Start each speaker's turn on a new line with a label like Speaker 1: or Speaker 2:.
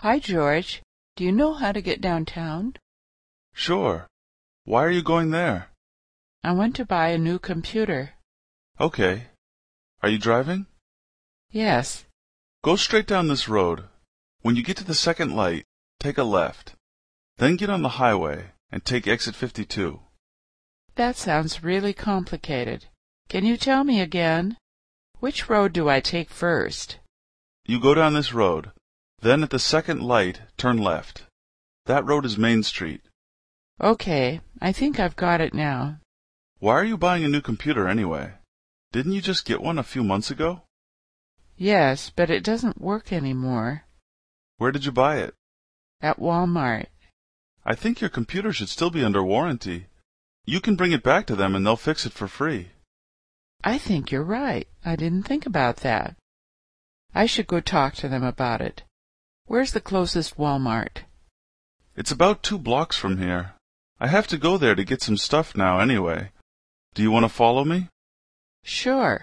Speaker 1: Hi, George. Do you know how to get downtown?
Speaker 2: Sure. Why are you going there?
Speaker 1: I want to buy a new computer.
Speaker 2: Okay. Are you driving?
Speaker 1: Yes.
Speaker 2: Go straight down this road. When you get to the second light, take a left. Then get on the highway and take exit 52.
Speaker 1: That sounds really complicated. Can you tell me again? Which road do I take first?
Speaker 2: You go down this road. Then at the second light, turn left. That road is Main Street.
Speaker 1: Okay, I think I've got it now.
Speaker 2: Why are you buying a new computer anyway? Didn't you just get one a few months ago?
Speaker 1: Yes, but it doesn't work anymore.
Speaker 2: Where did you buy it?
Speaker 1: At Walmart.
Speaker 2: I think your computer should still be under warranty. You can bring it back to them and they'll fix it for free.
Speaker 1: I think you're right. I didn't think about that. I should go talk to them about it. Where's the closest Walmart?
Speaker 2: It's about two blocks from here. I have to go there to get some stuff now anyway. Do you want to follow me?
Speaker 1: Sure.